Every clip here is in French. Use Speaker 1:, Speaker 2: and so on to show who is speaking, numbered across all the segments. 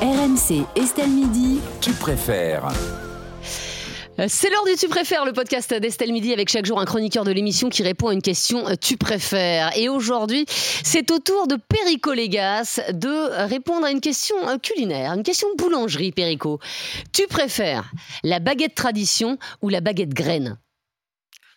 Speaker 1: RMC Estelle Midi.
Speaker 2: Tu préfères
Speaker 3: Euh, C'est l'heure du Tu préfères, le podcast d'Estelle Midi avec chaque jour un chroniqueur de l'émission qui répond à une question euh, Tu préfères. Et aujourd'hui, c'est au tour de Perico Légas de répondre à une question euh, culinaire, une question boulangerie, Perico. Tu préfères la baguette tradition ou la baguette graine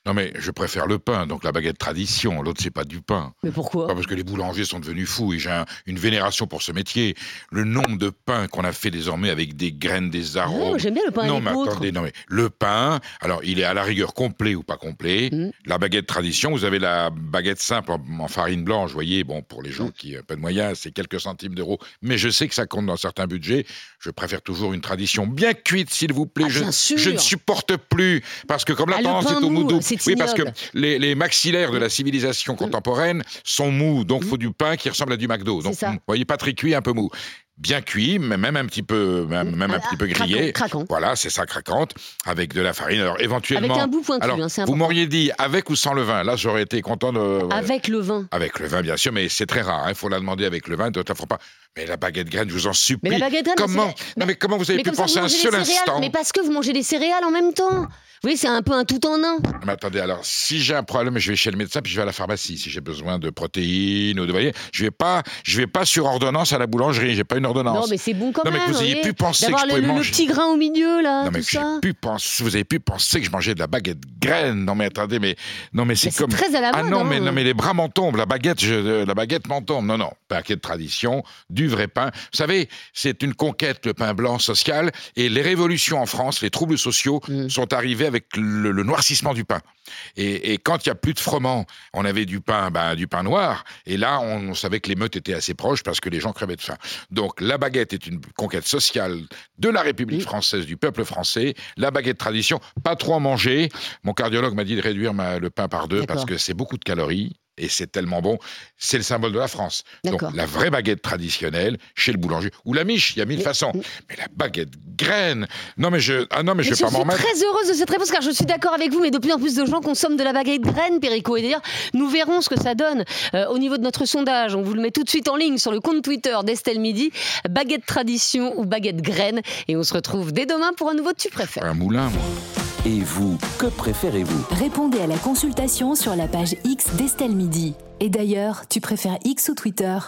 Speaker 4: Non mais je préfère le pain, donc la baguette tradition. L'autre c'est pas du pain.
Speaker 3: Mais pourquoi
Speaker 4: Pas parce que les boulangers sont devenus fous et j'ai un- une vénération pour ce métier. Le nombre de pains qu'on a fait désormais avec des graines, des
Speaker 3: Ah,
Speaker 4: arômes.
Speaker 3: moi, J'aime bien le pain
Speaker 4: bah, non
Speaker 3: avec
Speaker 4: mais
Speaker 3: l'autre.
Speaker 4: attendez, non mais le pain, alors il est à la rigueur complet ou pas complet.
Speaker 3: Mm.
Speaker 4: La baguette tradition, vous avez la baguette simple en, en farine blanche, vous voyez, bon pour les gens
Speaker 3: Mm.
Speaker 4: qui n'ont pas de moyens, c'est quelques centimes d'euros, mais je sais que ça compte dans certains budgets. Je préfère toujours une tradition bien cuite, s'il vous plaît.
Speaker 3: Ah,
Speaker 4: je,
Speaker 3: bien sûr.
Speaker 4: je ne supporte plus parce que comme la
Speaker 3: Ah, le
Speaker 4: tendance
Speaker 3: pain
Speaker 4: est au
Speaker 3: mou,
Speaker 4: moudou,
Speaker 3: c'est
Speaker 4: oui parce que
Speaker 3: ignoble. Mm.
Speaker 4: les, les maxillaires de la civilisation contemporaine sont mous, donc faut du pain qui ressemble à du McDo. Donc
Speaker 3: ça.
Speaker 4: vous voyez pas très cuit, un peu mou. Bien cuit, mais même un petit peu, même, même un
Speaker 3: Ah,
Speaker 4: petit peu
Speaker 3: craquant,
Speaker 4: grillé.
Speaker 3: craquant.
Speaker 4: Voilà, c'est ça craquante, avec de la farine. Alors
Speaker 3: Avec
Speaker 4: éventuellement.
Speaker 3: un bout pointu,
Speaker 4: alors,
Speaker 3: hein, c'est
Speaker 4: vous
Speaker 3: important.
Speaker 4: m'auriez dit avec ou sans le vin. Là, j'aurais été content de. voilà.
Speaker 3: Avec le vin.
Speaker 4: Avec le vin, bien sûr, mais c'est très rare. hein. Il faut la demander avec le vin, d'autres ne font pas. Mais la baguette graine, je vous en supplie.
Speaker 3: Mais la baguette graine,
Speaker 4: comment
Speaker 3: c'est-
Speaker 4: Non, mais comment vous avez
Speaker 3: mais
Speaker 4: pu
Speaker 3: comme ça, vous
Speaker 4: penser un
Speaker 3: mangez
Speaker 4: seul
Speaker 3: des céréales.
Speaker 4: instant
Speaker 3: Mais parce que vous mangez des céréales en même temps. Vous voyez, c'est un peu un tout en un.
Speaker 4: Mais attendez, alors, si j'ai un problème, je vais chez le médecin, puis je vais à la pharmacie. Si j'ai besoin de protéines ou de. Vous voyez, je vais pas, je vais pas sur ordonnance à la boulangerie. J'ai pas une
Speaker 3: Non,
Speaker 4: ordonnance.
Speaker 3: mais c'est bon quand
Speaker 4: Non, mais
Speaker 3: même.
Speaker 4: que vous ayez
Speaker 3: voyez,
Speaker 4: pu penser que
Speaker 3: D'avoir
Speaker 4: je
Speaker 3: le,
Speaker 4: pouvais
Speaker 3: le- le
Speaker 4: manger.
Speaker 3: petit grain au milieu, là,
Speaker 4: Non mais
Speaker 3: tout
Speaker 4: j'ai
Speaker 3: ça.
Speaker 4: pu penser, vous avez pu penser que je mangeais de la baguette graine. Non mais attendez, mais non mais
Speaker 3: Mais
Speaker 4: c'est
Speaker 3: c'est
Speaker 4: comme
Speaker 3: très à la
Speaker 4: ah
Speaker 3: mode,
Speaker 4: non
Speaker 3: hein.
Speaker 4: mais non mais les bras m'en tombent, la baguette, je- euh, la baguette m'en tombe. Non non, paquet de tradition, du vrai pain. Vous savez, c'est une conquête le pain blanc social et les révolutions en France, les troubles sociaux
Speaker 3: Mm.
Speaker 4: sont arrivés avec le, le noircissement du pain. Et, et quand il y a plus de froment, on avait du pain, ben, du pain noir. Et là, on, on savait que l'émeute était assez proche parce que les gens crevaient de faim. Donc la baguette est une conquête sociale de la République française, du peuple français. La baguette tradition, pas trop en manger. Mon cardiologue m'a dit de réduire ma- le pain par deux
Speaker 3: D'accord.
Speaker 4: parce que c'est beaucoup de calories. Et c'est tellement bon, c'est le symbole de la France. Donc
Speaker 3: D'accord.
Speaker 4: la vraie baguette traditionnelle chez le boulanger ou la miche, il y a mille façons. Mais la baguette graine, non mais je, ah non mais, je
Speaker 3: Mais
Speaker 4: vais pas
Speaker 3: suis
Speaker 4: m'en remettre.
Speaker 3: très heureuse de cette réponse car je suis d'accord avec vous, mais de plus en plus de gens consomment de la baguette graine, Perico. Et d'ailleurs, nous verrons ce que ça donne euh, au niveau de notre sondage. On vous le met tout de suite en ligne sur le compte Twitter d'Estelle Midi, baguette tradition ou baguette graine. Et on se retrouve dès demain pour un nouveau Tu préfères.
Speaker 4: Un moulin, moi.
Speaker 2: Et vous, que préférez-vous
Speaker 1: Répondez à la consultation sur la page X d'Estelle Midi. Et d'ailleurs, tu préfères X ou Twitter